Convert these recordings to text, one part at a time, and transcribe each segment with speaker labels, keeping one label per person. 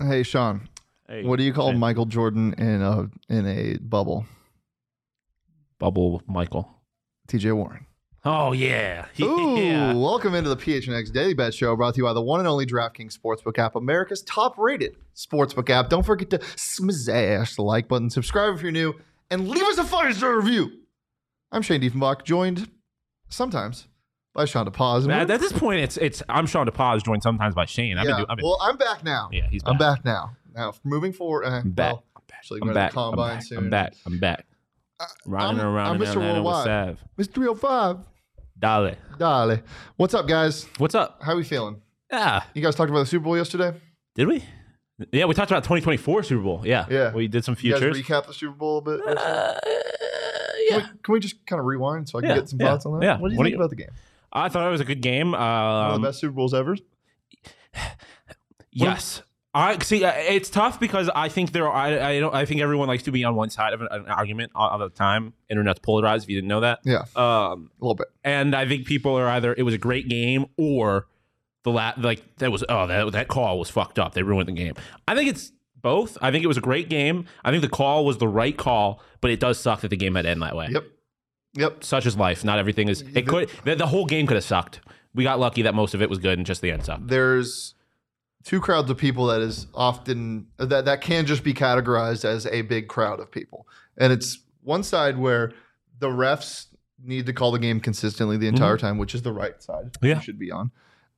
Speaker 1: Hey, Sean,
Speaker 2: Hey,
Speaker 1: what do you call
Speaker 2: Hey.
Speaker 1: Michael Jordan in a in a bubble?
Speaker 2: Bubble Michael.
Speaker 1: TJ Warren.
Speaker 2: Oh yeah.
Speaker 1: Ooh,
Speaker 2: yeah.
Speaker 1: welcome into the PHNX Daily Bet Show, brought to you by the one and only DraftKings Sportsbook app, America's top-rated sportsbook app. Don't forget to smash the like button, subscribe if you're new, and leave us a five-star review. I'm Shane Diefenbach, joined sometimes by Sean DePaz. and
Speaker 2: At,
Speaker 1: we're-
Speaker 2: at this point, it's it's I'm Sean DePaz joined sometimes by Shane. I've
Speaker 1: yeah,
Speaker 2: been doing. I've been,
Speaker 1: well, I'm back now.
Speaker 2: yeah, he's back.
Speaker 1: I'm back now. Now, moving forward, uh,
Speaker 2: I'm back.
Speaker 1: well, actually,
Speaker 2: I'm
Speaker 1: going
Speaker 2: back.
Speaker 1: to the
Speaker 2: I'm
Speaker 1: combine
Speaker 2: back.
Speaker 1: soon.
Speaker 2: I'm back. I'm back. Riding
Speaker 1: I'm-
Speaker 2: around
Speaker 1: I'm
Speaker 2: in
Speaker 1: Mr.
Speaker 2: Atlanta with
Speaker 1: Worldwide.
Speaker 2: Sav.
Speaker 1: It's 305.
Speaker 2: Dolly.
Speaker 1: Dolly. What's up, guys?
Speaker 2: What's up?
Speaker 1: How we feeling?
Speaker 2: Ah,
Speaker 1: You guys talked about the Super Bowl yesterday?
Speaker 2: did we? Yeah, we talked about 2024 Super Bowl. Yeah.
Speaker 1: Yeah.
Speaker 2: We did some
Speaker 1: You guys
Speaker 2: futures.
Speaker 1: recap the Super Bowl a bit?
Speaker 2: Uh,
Speaker 1: Can,
Speaker 2: yeah.
Speaker 1: we, can we just kind of rewind so I can
Speaker 2: Yeah,
Speaker 1: get some
Speaker 2: yeah,
Speaker 1: thoughts on that?
Speaker 2: yeah.
Speaker 1: What do you
Speaker 2: What do
Speaker 1: think
Speaker 2: you-
Speaker 1: about the game?
Speaker 2: I thought it was a good game.
Speaker 1: One of
Speaker 2: Um,
Speaker 1: the best Super Bowls ever.
Speaker 2: Yes. I see. uh, It's tough because I think there. Are, I I don't. I think everyone likes to be on one side of an, an argument all, all the time. Internet's polarized. If you didn't know that.
Speaker 1: Yeah,
Speaker 2: Um,
Speaker 1: a little bit.
Speaker 2: and I think people are either it was a great game or the la- like that was oh that that call was fucked up. They ruined the game. I think it's both. I think it was a great game. I think the call was the right call, but it does suck that the game had to end that way.
Speaker 1: Yep. Yep.
Speaker 2: Such is life. Not everything is. It could. The, the whole game could have sucked. We got lucky that most of it was good and just the end sucked.
Speaker 1: There's two crowds of people that is often that that can just be categorized as a big crowd of people. And it's one side where the refs need to call the game consistently the entire time, which is the right side
Speaker 2: Mm-hmm. Yeah.
Speaker 1: you should be on.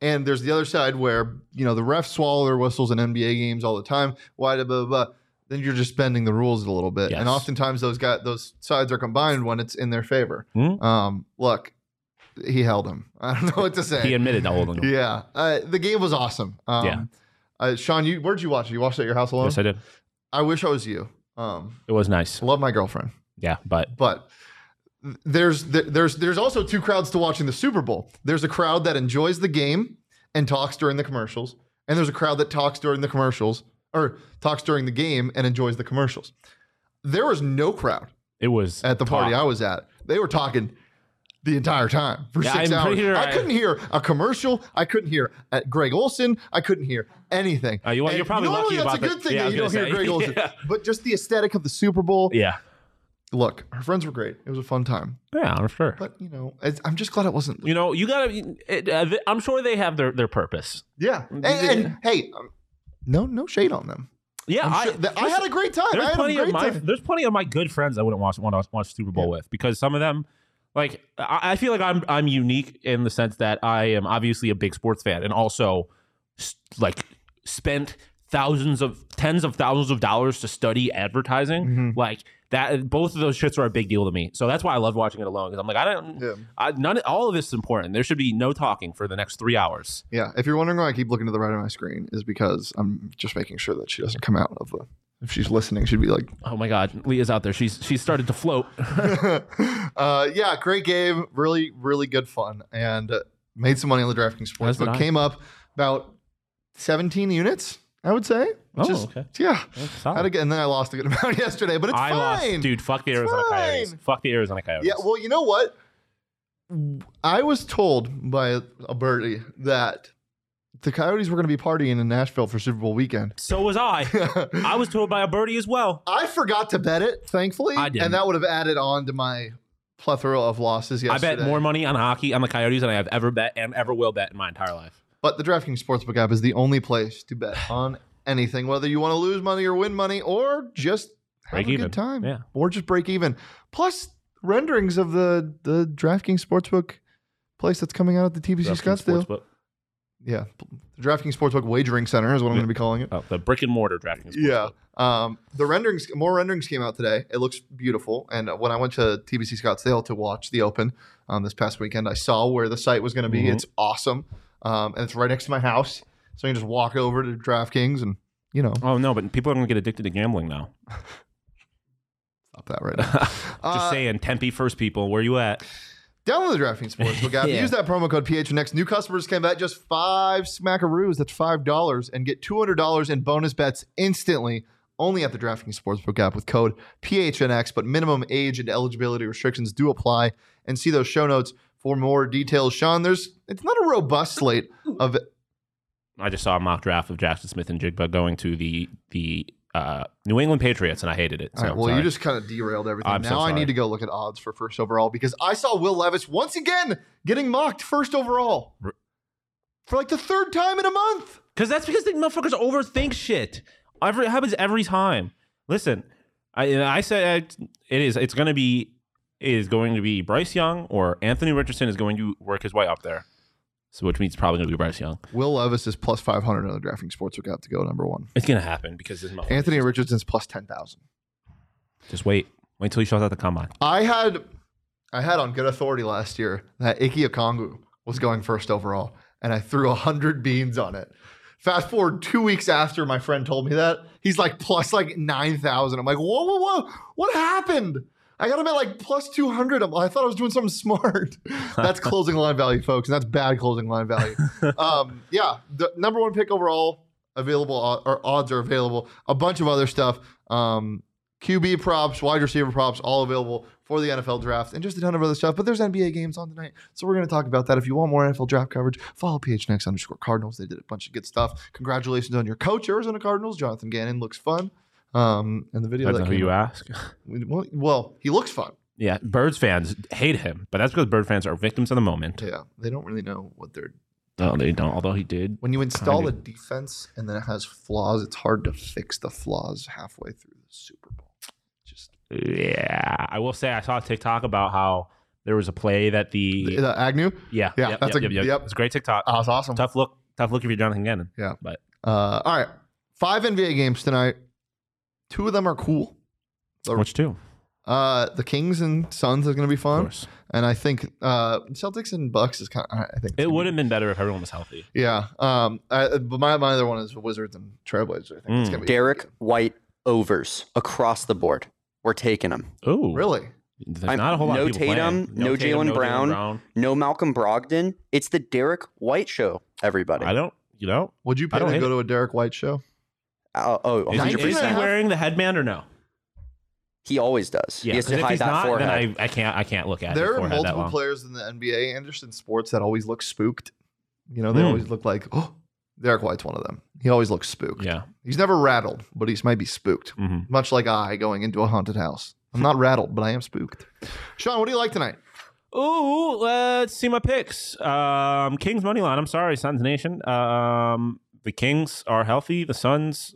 Speaker 1: And there's the other side where, you know, the refs swallow their whistles in NBA games all the time. Why da blah blah blah. Then you're just bending the rules a little bit.
Speaker 2: Yes.
Speaker 1: And oftentimes those guys, those sides are combined when it's in their favor.
Speaker 2: Mhm.
Speaker 1: Um, look, he held him. I don't know what to say.
Speaker 2: He admitted that holding. him.
Speaker 1: Yeah, uh, the game was awesome. Um,
Speaker 2: Yeah.
Speaker 1: uh, Sean, you where'd you watch it? You watched it at your house alone.
Speaker 2: Yes, I did.
Speaker 1: I wish I was you. Um,
Speaker 2: It was nice.
Speaker 1: love my girlfriend,
Speaker 2: Yeah, but
Speaker 1: but th- there's th- there's there's also two crowds to watching the Super Bowl. There's a crowd that enjoys the game and talks during the commercials, and there's a crowd that talks during the commercials or talks during the game and enjoys the commercials. There was no crowd
Speaker 2: it was
Speaker 1: at the party
Speaker 2: talk.
Speaker 1: I was at. They were talking the entire time for
Speaker 2: Yeah,
Speaker 1: 6
Speaker 2: I'm
Speaker 1: hours.
Speaker 2: pretty sure
Speaker 1: I,
Speaker 2: I-
Speaker 1: couldn't hear a commercial. I couldn't hear uh, Greg Olson. I couldn't hear anything.
Speaker 2: Uh, you- you're
Speaker 1: And
Speaker 2: probably
Speaker 1: normally that's
Speaker 2: lucky about
Speaker 1: a good
Speaker 2: the-
Speaker 1: thing
Speaker 2: yeah, I
Speaker 1: that
Speaker 2: was
Speaker 1: you don't
Speaker 2: gonna
Speaker 1: hear Greg
Speaker 2: say.
Speaker 1: Olson.
Speaker 2: Yeah.
Speaker 1: But just the aesthetic of the Super Bowl.
Speaker 2: Yeah,
Speaker 1: Look, her friends were great. It was a fun time.
Speaker 2: yeah, I'm sure.
Speaker 1: But you know, it's, I'm just glad it wasn't.
Speaker 2: you know, you gotta. It, uh, th- I'm sure they have their their purpose.
Speaker 1: Yeah. And, and hey, um, no, no shade on them.
Speaker 2: Yeah,
Speaker 1: I'm sure- th- I, had a great time. I
Speaker 2: There's
Speaker 1: had
Speaker 2: plenty
Speaker 1: a great
Speaker 2: of my
Speaker 1: time.
Speaker 2: there's plenty of my good friends I wouldn't watch want to watch Super Bowl
Speaker 1: Yeah.
Speaker 2: with because some of them, like I, I feel like I'm I'm unique in the sense that I am obviously a big sports fan and also s- like spent thousands of tens of thousands of dollars to study advertising
Speaker 1: Mm-hmm.
Speaker 2: like that both of those shits are a big deal to me so that's why i love watching it alone because i'm like i don't
Speaker 1: Yeah.
Speaker 2: I, none all of this is important there should be no talking for the next three hours
Speaker 1: Yeah, if you're wondering why I keep looking to the right of my screen, is because I'm just making sure that she doesn't come out of the. If she's listening, she'd be like,
Speaker 2: oh my god leah's out there she's she's started to float
Speaker 1: uh, "Yeah, great game, really, really good fun, and uh, made some money on the DraftKings
Speaker 2: As
Speaker 1: sports,
Speaker 2: did
Speaker 1: but
Speaker 2: I.
Speaker 1: came up about 17 units, I would say. which
Speaker 2: Oh,
Speaker 1: is-
Speaker 2: okay.
Speaker 1: Yeah,
Speaker 2: That's
Speaker 1: Had
Speaker 2: solid.
Speaker 1: a good- and then I lost a good amount yesterday, but it's
Speaker 2: I
Speaker 1: fine.
Speaker 2: lost, dude. Fuck the Arizona Coyotes.
Speaker 1: fine.
Speaker 2: Fuck the Arizona Coyotes.
Speaker 1: Yeah, well, you know what? I was told by a birdie that the Coyotes were going to be partying in Nashville for Super Bowl weekend.
Speaker 2: so was I. I was told by a birdie as well.
Speaker 1: I forgot to bet it, thankfully.
Speaker 2: I didn't.
Speaker 1: And that would have added on to my plethora of losses yesterday.
Speaker 2: I bet more money on hockey on the Coyotes than I have ever bet and ever will bet in my entire life.
Speaker 1: But the DraftKings Sportsbook app is the only place to bet on anything, whether you want to lose money or win money or just have
Speaker 2: Break
Speaker 1: a
Speaker 2: even.
Speaker 1: good time.
Speaker 2: Yeah.
Speaker 1: Or just break even. Plus renderings of the, the DraftKings Sportsbook place that's coming out at the TBC
Speaker 2: DraftKings
Speaker 1: Scottsdale.
Speaker 2: Sportsbook.
Speaker 1: Yeah. The DraftKings Sportsbook Wagering Center is what I'm
Speaker 2: Yeah.
Speaker 1: going to be calling it.
Speaker 2: Oh, the brick and mortar DraftKings.
Speaker 1: Yeah.
Speaker 2: Sportsbook.
Speaker 1: Um, the renderings, more renderings came out today. It looks beautiful. And uh, when I went to TBC Scottsdale to watch the Open um, this past weekend, I saw where the site was going to be.
Speaker 2: Mhm.
Speaker 1: It's awesome, um, and it's right next to my house, so you can just walk over to DraftKings and you know
Speaker 2: Oh no, but people are going to get addicted to gambling now.
Speaker 1: stop that right now.
Speaker 2: Just
Speaker 1: Uh,
Speaker 2: saying, Tempe first people. Where you at?
Speaker 1: Download the DraftKings Sportsbook app.
Speaker 2: Yeah.
Speaker 1: Use that promo code PHNX. New customers can bet just five smackaroos. That's five dollars, and get two hundred dollars in bonus bets instantly. Only at the DraftKings Sportsbook app with code PHNX. But minimum age and eligibility restrictions do apply. And see those show notes for more details. Sean, there's it's not a robust slate of
Speaker 2: I just saw a mock draft of Jackson Smith and Jigba going to the the uh, New England Patriots, and I hated it.
Speaker 1: All
Speaker 2: So
Speaker 1: right, well,
Speaker 2: sorry.
Speaker 1: you just kind of derailed everything.
Speaker 2: I'm so
Speaker 1: now I
Speaker 2: sorry.
Speaker 1: need to go look at odds for first overall because I saw Will Levis once again getting mocked first overall
Speaker 2: R-
Speaker 1: for like the third time in a month.
Speaker 2: Because that's because the motherfuckers overthink shit. Every it happens every time. Listen, I and I said I, it is. It's gonna be it is going to be Bryce Young or Anthony Richardson is going to work his way up there. So which means it's probably gonna be Bryce Young.
Speaker 1: Will Levis is plus 500 on the drafting sports book out to go number one.
Speaker 2: It's gonna happen because this motherfucker.
Speaker 1: Anthony Richardson's plus 10,000.
Speaker 2: Just wait. Wait until he shows out the combine.
Speaker 1: I had I had on good authority last year that Ike Okongu was going first overall, and I threw hundred beans on it. Fast forward two weeks after my friend told me that, he's like plus like nine thousand. I'm like, whoa, whoa, whoa, what happened? I got him at like plus two hundred. I thought I was doing something smart. that's closing line value, folks, and that's bad closing line value. um, yeah, the number one pick overall available o- or odds are available. A bunch of other stuff. Um, QB props, wide receiver props, all available for the NFL draft and just a ton of other stuff. But there's NBA games on tonight. So we're going to talk about that. If you want more NFL draft coverage, follow PHNX underscore Cardinals. They did a bunch of good stuff. Congratulations on your coach, Arizona Cardinals. Jonathan Gannon looks fun. Um, and the video
Speaker 2: Depends
Speaker 1: that
Speaker 2: on who
Speaker 1: came
Speaker 2: you ask.
Speaker 1: Well, well, he looks fun.
Speaker 2: Yeah, Birds fans hate him, but that's because Bird fans are victims of the moment.
Speaker 1: Yeah. They don't really know what they're.
Speaker 2: No, they don't. Although he did.
Speaker 1: When you install
Speaker 2: Kinda.
Speaker 1: a defense and then it has flaws, it's hard to fix the flaws halfway through the Super Bowl. Just
Speaker 2: Yeah, I will say I saw a TikTok about how there was a play that the
Speaker 1: the, uh, Agnew.
Speaker 2: Yeah,
Speaker 1: Yeah,
Speaker 2: yep,
Speaker 1: that's
Speaker 2: yep,
Speaker 1: a-
Speaker 2: yep, yep.
Speaker 1: yep.
Speaker 2: Ah, It's a great TikTok.
Speaker 1: That was awesome.
Speaker 2: tough look, tough look if you're Jonathan Gannon.
Speaker 1: Uh, all right, five NBA games tonight. Two of them are cool. The-
Speaker 2: Which two?
Speaker 1: Uh, the Kings and Suns is going to be
Speaker 2: Of
Speaker 1: fun,
Speaker 2: course.
Speaker 1: and I think uh, Celtics and Bucks is kind of. I think it's
Speaker 2: It
Speaker 1: gonna
Speaker 2: would
Speaker 1: be-
Speaker 2: have been better if everyone was healthy.
Speaker 1: Yeah. Um. I, but my my other one is Wizards and Trailblazers. I think it's
Speaker 2: Mm.
Speaker 1: going to be
Speaker 3: Derek White overs across the board. We're taking them.
Speaker 2: Ooh,
Speaker 1: Really?
Speaker 2: There's
Speaker 3: I'm-
Speaker 2: not a whole lot of
Speaker 3: no
Speaker 2: people
Speaker 3: Tatum,
Speaker 2: playing.
Speaker 3: no
Speaker 2: Tatum,
Speaker 3: Jaylen
Speaker 2: no
Speaker 3: Brown. No Malcolm Brogdon. It's the Derek White show, everybody.
Speaker 2: I don't. You know,
Speaker 1: Would you
Speaker 2: I
Speaker 1: pay
Speaker 2: don't
Speaker 1: to
Speaker 2: hate
Speaker 1: go to a Derek White show?
Speaker 3: Uh, oh,
Speaker 2: is, he,
Speaker 3: 100%.
Speaker 2: is he
Speaker 1: 100%.
Speaker 2: wearing the headband or no?
Speaker 3: He always does. he has
Speaker 2: 'cause
Speaker 3: to
Speaker 2: if
Speaker 3: hide
Speaker 2: he's
Speaker 3: that
Speaker 2: not,
Speaker 3: forehead.
Speaker 2: then I, I can't. I can't look at his
Speaker 1: there are
Speaker 2: forehead that
Speaker 1: multiple
Speaker 2: long.
Speaker 1: players in the NBA Anderson sports that always look spooked. You know, they
Speaker 2: Mm.
Speaker 1: always look like oh. Derek White's one of them. He always looks spooked.
Speaker 2: Yeah.
Speaker 1: He's never rattled, but he's might be spooked.
Speaker 2: Mhm.
Speaker 1: much like I going into a haunted house. I'm not rattled, but I am spooked. Sean, what do you like tonight?
Speaker 2: Ooh, let's see my picks. Um, Kings money line. I'm sorry, Suns Nation. Um, the Kings are healthy. The Suns,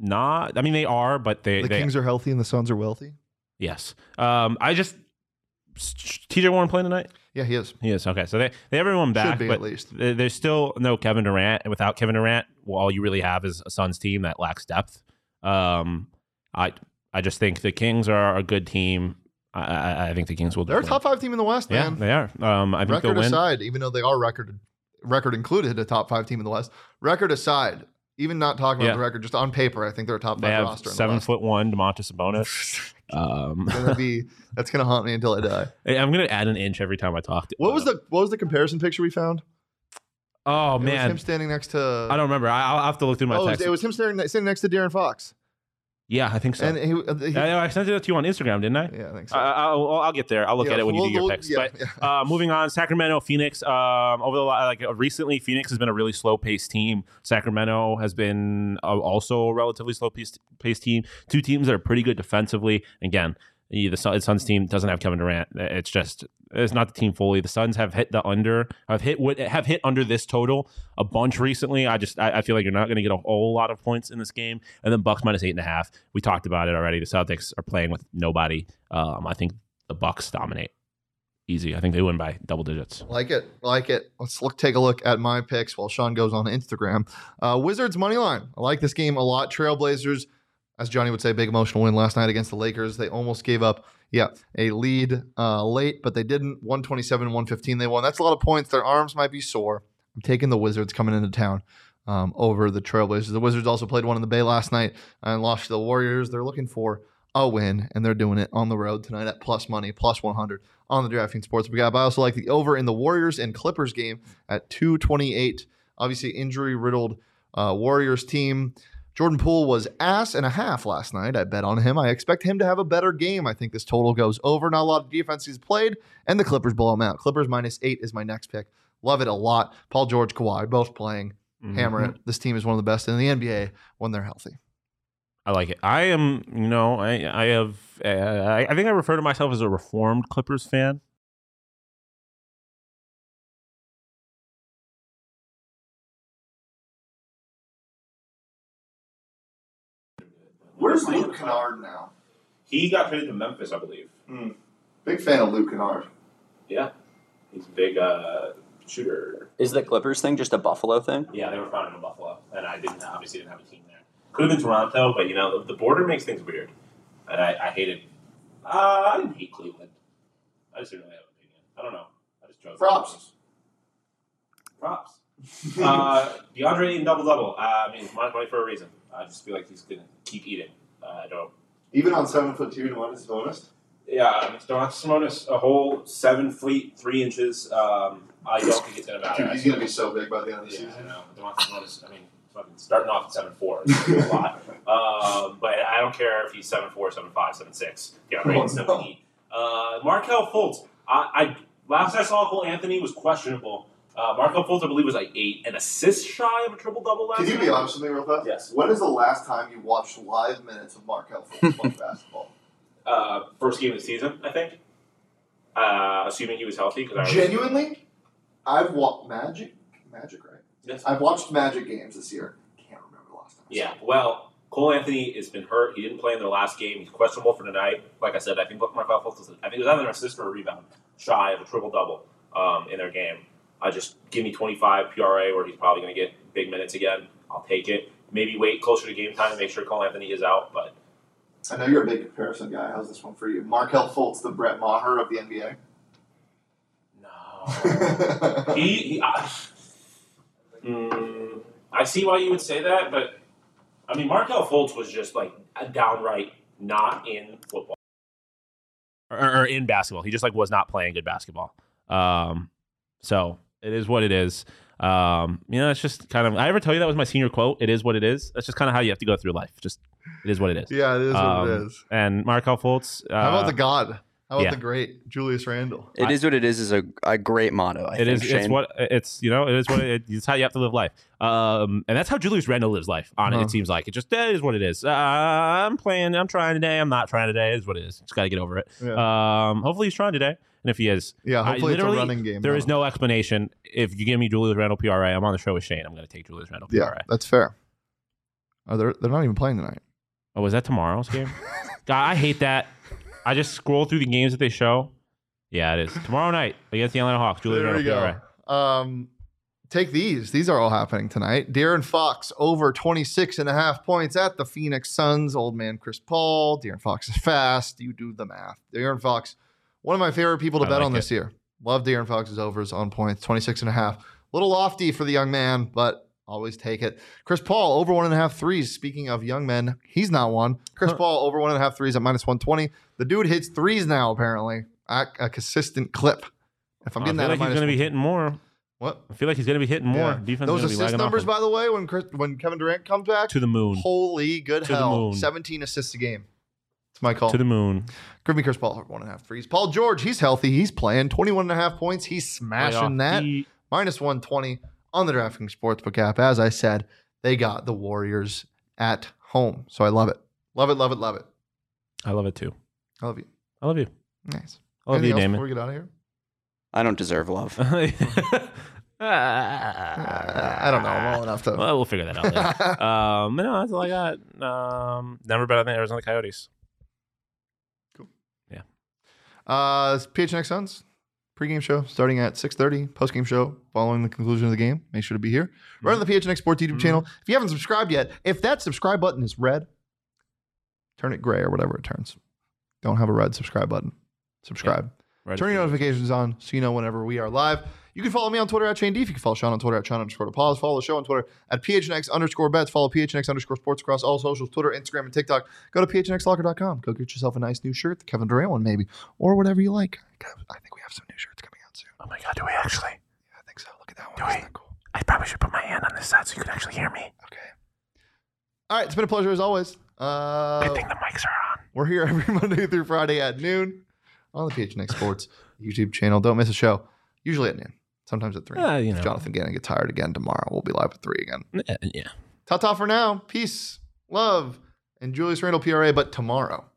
Speaker 2: not. I mean, they are, but they
Speaker 1: The
Speaker 2: they
Speaker 1: Kings are healthy and the Suns are wealthy.
Speaker 2: Yes. Um, I just TJ Warren playing tonight.
Speaker 1: Yeah, he is.
Speaker 2: Yes. Okay. So they they have everyone
Speaker 1: Should
Speaker 2: back,
Speaker 1: be
Speaker 2: but
Speaker 1: at least.
Speaker 2: th- there's still no Kevin Durant, and without Kevin Durant, well, all you really have is a Suns team that lacks depth. Um, I I just think the Kings are a good team. I I, I think the Kings will.
Speaker 1: They're a
Speaker 2: definitely-
Speaker 1: top five team in the West,
Speaker 2: Yeah,
Speaker 1: man.
Speaker 2: they are. Um, I think they'll
Speaker 1: record
Speaker 2: win.
Speaker 1: aside, even though they are record record included, a top five team in the West. Record aside, even not talking about
Speaker 2: Yeah.
Speaker 1: the record, just on paper, I think they're a top
Speaker 2: They
Speaker 1: five
Speaker 2: have
Speaker 1: roster.
Speaker 2: seven
Speaker 1: in the
Speaker 2: foot one Demontis Sabonis.
Speaker 1: West.
Speaker 2: Um,
Speaker 1: gonna be that's gonna haunt me until I die.
Speaker 2: I'm gonna add an inch every time I talk. To,
Speaker 1: What was the what was the comparison picture we found?
Speaker 2: Oh
Speaker 1: It was
Speaker 2: man,
Speaker 1: him standing next to.
Speaker 2: I don't remember. I, I'll have to look through my
Speaker 1: oh, it was,
Speaker 2: text.
Speaker 1: it was him standing standing next to Darren Fox,
Speaker 2: yeah, I think so.
Speaker 1: and he, uh, he-
Speaker 2: I, I sent it to you on Instagram, didn't I?
Speaker 1: yeah, I think so.
Speaker 2: I, I'll, I'll get there. I'll look
Speaker 1: Yeah,
Speaker 2: at it when
Speaker 1: we'll-
Speaker 2: you do your
Speaker 1: we'll-
Speaker 2: picks.
Speaker 1: yeah,
Speaker 2: But uh, moving on, Sacramento, Phoenix. Um, over the la- like uh, recently, Phoenix has been a really slow paced team. Sacramento has been uh, also a relatively slow paced paced team. Two teams that are pretty good defensively. Again, the Sun- Suns team doesn't have Kevin Durant. It's just it's not the team fully. The Suns have hit the under. Have hit would- have hit under this total a bunch recently. I just I, I feel like you're not going to get a whole lot of points in this game. And then Bucks minus eight and a half. We talked about it already. The Celtics are playing with nobody. Um, I think the Bucks dominate easy. I think they win by double digits.
Speaker 1: Like it, like it. Let's look, take a look at my picks while Sean goes on Instagram. Uh, Wizards money line. I like this game a lot. Trailblazers, as Johnny would say, big emotional win last night against the Lakers. They almost gave up, yeah, a lead uh, late, but they didn't. One twenty seven, one fifteen. They won. That's a lot of points. Their arms might be sore. I'm taking the Wizards coming into town. Um, over the Trailblazers. The Wizards also played one in the Bay last night and lost to the Warriors. They're looking for a win, and they're doing it on the road tonight at plus money, plus 100 on the drafting sports we got. But I also like the over in the Warriors and Clippers game at 228. Obviously, injury riddled uh, Warriors team. Jordan Poole was ass and a half last night. I bet on him. I expect him to have a better game. I think this total goes over. Not a lot of defense he's played, and the Clippers blow him out. Clippers minus eight is my next pick. Love it a lot. Paul George, Kawhi, both playing.
Speaker 2: Mm-hmm.
Speaker 1: Hammer it. This team is one of the best in the NBA when they're healthy.
Speaker 2: I like it. I am, you know, I I have. Uh, I, I think I refer to myself as a reformed Clippers fan.
Speaker 4: Where's Luke Kennard
Speaker 1: now?
Speaker 4: He got traded to Memphis, I believe.
Speaker 1: Big fan of Luke Kennard.
Speaker 4: Yeah. He's a big uh, shooter.
Speaker 3: Is the Clippers thing just a Buffalo thing?
Speaker 4: Yeah, they were founded in Buffalo, and I didn't obviously didn't have a team there. Could have been Toronto, but you know the border makes things weird, and I, I hated. Uh, I didn't hate Cleveland. I just didn't really have an opinion. I don't know. I just chose
Speaker 1: Props.
Speaker 4: Props. uh, DeAndre Ayton double double. Uh, I mean, it's minus money for a reason. I just feel like he's gonna keep eating. Uh, I don't.
Speaker 1: Even on seven foot two and one is bonus.
Speaker 4: Yeah, I mean, Donovan Simonis a whole seven feet three inches. Um, I don't think it's gonna matter.
Speaker 1: Dude, he's gonna be so big by the end of the
Speaker 4: Yeah, I
Speaker 1: season.
Speaker 4: know. Demontis Sabonis, I mean, fucking starting off at seven four is a lot. Um, but I don't care if he's seven four, seven five, seven six. Yeah,
Speaker 1: Oh,
Speaker 4: right.
Speaker 1: no.
Speaker 4: seven eight. Uh, Markel Fultz. I, I last I saw Cole Anthony was questionable. Uh, Markel Fultz, I believe, was like eight and assists shy of a triple double last
Speaker 1: Can you
Speaker 4: night.
Speaker 1: be honest with me real fast?
Speaker 4: Yes.
Speaker 1: When is the last time you watched live minutes of Markel Fultz play basketball?
Speaker 4: Uh, first game of the season, I think. Uh, assuming he was healthy, because I was-
Speaker 1: Genuinely, I've watched Magic. Magic, right?
Speaker 4: Yes.
Speaker 1: I've watched Magic games this year. Can't remember the last time. I saw
Speaker 4: Yeah, well, Cole Anthony has been hurt. He didn't play in their last game. He's questionable for tonight. Like I said, I think Markel Fultz was, I think it was either an assist or a rebound shy of a triple double um, in their game. I just give me 25 PRA where he's probably going to get big minutes again. I'll take it. Maybe wait closer to game time to make sure Cole Anthony is out, but
Speaker 1: I know you're a big comparison guy. How's this one for you? Markel Fultz, the Brett Maher of the
Speaker 4: no.
Speaker 1: NBA.
Speaker 4: he, he I, Mm, I see why you would say that, but I mean, Markel Fultz was just like a downright not in football.
Speaker 2: or, or in basketball. He just like was not playing good basketball. Um, so it is what it is. Um, you know, it's just kind of. I ever tell you that was my senior quote? It is what it is. That's just kind of how you have to go through life. Just it is what it is.
Speaker 1: yeah, it is what it
Speaker 2: Um,
Speaker 1: is.
Speaker 2: And Markel Fultz. Uh,
Speaker 1: How about the God? How about
Speaker 2: yeah.
Speaker 1: the great Julius Randle?
Speaker 3: It is
Speaker 2: I-
Speaker 3: what it is. Is a, a great motto. I
Speaker 2: It
Speaker 3: think,
Speaker 2: is.
Speaker 3: Shane.
Speaker 2: It's what. It's you know. It is what. It, it's how you have to live life. Um, and that's how Julius Randle lives life. On it,
Speaker 1: Huh.
Speaker 2: it seems like it just that is what it is. Uh, I'm playing. I'm trying today. I'm not trying today. Is what it is. Just got to get over it.
Speaker 1: Yeah,
Speaker 2: Um, hopefully he's trying today. And if he is,
Speaker 1: yeah
Speaker 2: I
Speaker 1: hopefully it's a
Speaker 2: literally-
Speaker 1: running game.
Speaker 2: There is no explanation. If you give me Julius Randle PRA, I'm on the show with Shane. I'm going to take Julius Randle PRA.
Speaker 1: Yeah, that's fair. Are they? They're not even playing tonight.
Speaker 2: Oh, was that tomorrow's game? God, I hate that. I just scroll through the games that they show. Yeah, it is tomorrow night against the Atlanta Hawks. Julius
Speaker 1: there we
Speaker 2: Randle
Speaker 1: go.
Speaker 2: PRA.
Speaker 1: Um, take these. These are all happening tonight. De'Aaron Fox over 26 and a half points at the Phoenix Suns. Old man Chris Paul. De'Aaron Fox is fast. You do the math. De'Aaron Fox, one of my favorite people to
Speaker 2: I
Speaker 1: bet
Speaker 2: like
Speaker 1: on this year. Love De'Aaron Fox's overs on points, 26 and a half. little lofty for the young man, but always take it. Chris Paul over one and a half threes. Speaking of young men, he's not one. Chris
Speaker 2: Huh.
Speaker 1: Paul over one and a half threes at minus 120. The dude hits threes now, apparently, at a consistent clip. If I'm
Speaker 2: Oh, I feel
Speaker 1: getting that, at
Speaker 2: like he's
Speaker 1: minus
Speaker 2: going to be hitting more.
Speaker 1: what?
Speaker 2: I feel like he's going to be hitting more.
Speaker 1: Yeah.
Speaker 2: Defense
Speaker 1: Those
Speaker 2: is going to
Speaker 1: assist
Speaker 2: be
Speaker 1: numbers,
Speaker 2: lagging off
Speaker 1: by the way, when Chris, when Kevin Durant comes back,
Speaker 2: to the moon.
Speaker 1: holy good
Speaker 2: To the
Speaker 1: hell,
Speaker 2: moon.
Speaker 1: 17 assists a game. It's my call.
Speaker 2: To the moon.
Speaker 1: Give me Chris Paul for one and a half threes. Paul George, he's healthy. He's playing 21 and a half points. He's smashing
Speaker 2: Playoff
Speaker 1: that.
Speaker 2: heat.
Speaker 1: Minus 120 on the DraftKings Sportsbook app. As I said, they got the Warriors at home. So I love it. Love it, love it, love it.
Speaker 2: I love it too.
Speaker 1: I love you.
Speaker 2: I love you.
Speaker 1: Nice.
Speaker 2: I love
Speaker 1: Anything else
Speaker 2: you,
Speaker 1: Before
Speaker 2: Damon.
Speaker 1: we get out of here?
Speaker 3: I don't deserve love.
Speaker 1: Uh, I don't know. I'm well enough to.
Speaker 2: Well, we'll figure that out later. um, no, that's all I got. Um, never better than Arizona Coyotes.
Speaker 1: Uh, it's PHNX Suns pregame show starting at 6.30, postgame show following the conclusion of the game. Make sure to be here. Run to the PHNX Sports YouTube
Speaker 2: Mhm.
Speaker 1: channel. If you haven't subscribed yet, if that subscribe button is red, turn it gray or whatever it turns. Don't have a red subscribe button. Subscribe.
Speaker 2: Right
Speaker 1: Turn your notifications on so you know whenever we are live. You can follow me on Twitter at Shane Deef. You can follow Sean on Twitter at Sean underscore to pause. Follow the show on Twitter at PHNX underscore bets. Follow PHNX underscore sports across all socials, Twitter, Instagram, and TikTok. Go to PHNXLocker.com. Go get yourself a nice new shirt, the Kevin Durant one maybe, or whatever you like. I think we have some new shirts coming out soon.
Speaker 2: Oh my god, do we actually?
Speaker 1: I think so. Look at that one.
Speaker 2: Do
Speaker 1: Isn't
Speaker 2: we?
Speaker 1: that cool?
Speaker 2: I probably should put my hand on this side so you could actually hear me.
Speaker 1: Okay. All right. It's been a pleasure as always. Uh,
Speaker 2: the mics are
Speaker 1: We're here every Monday through Friday at noon on the PHNX Sports YouTube channel. Don't miss a show, usually at noon. Sometimes at three.
Speaker 2: Uh, you
Speaker 1: If
Speaker 2: know. Eh,
Speaker 1: Jonathan Gannon gets tired again tomorrow. We'll be live at three again.
Speaker 2: Yeah, yeah.
Speaker 1: Ta ta for now. Peace, love, and Julius Randall PRA, but tomorrow.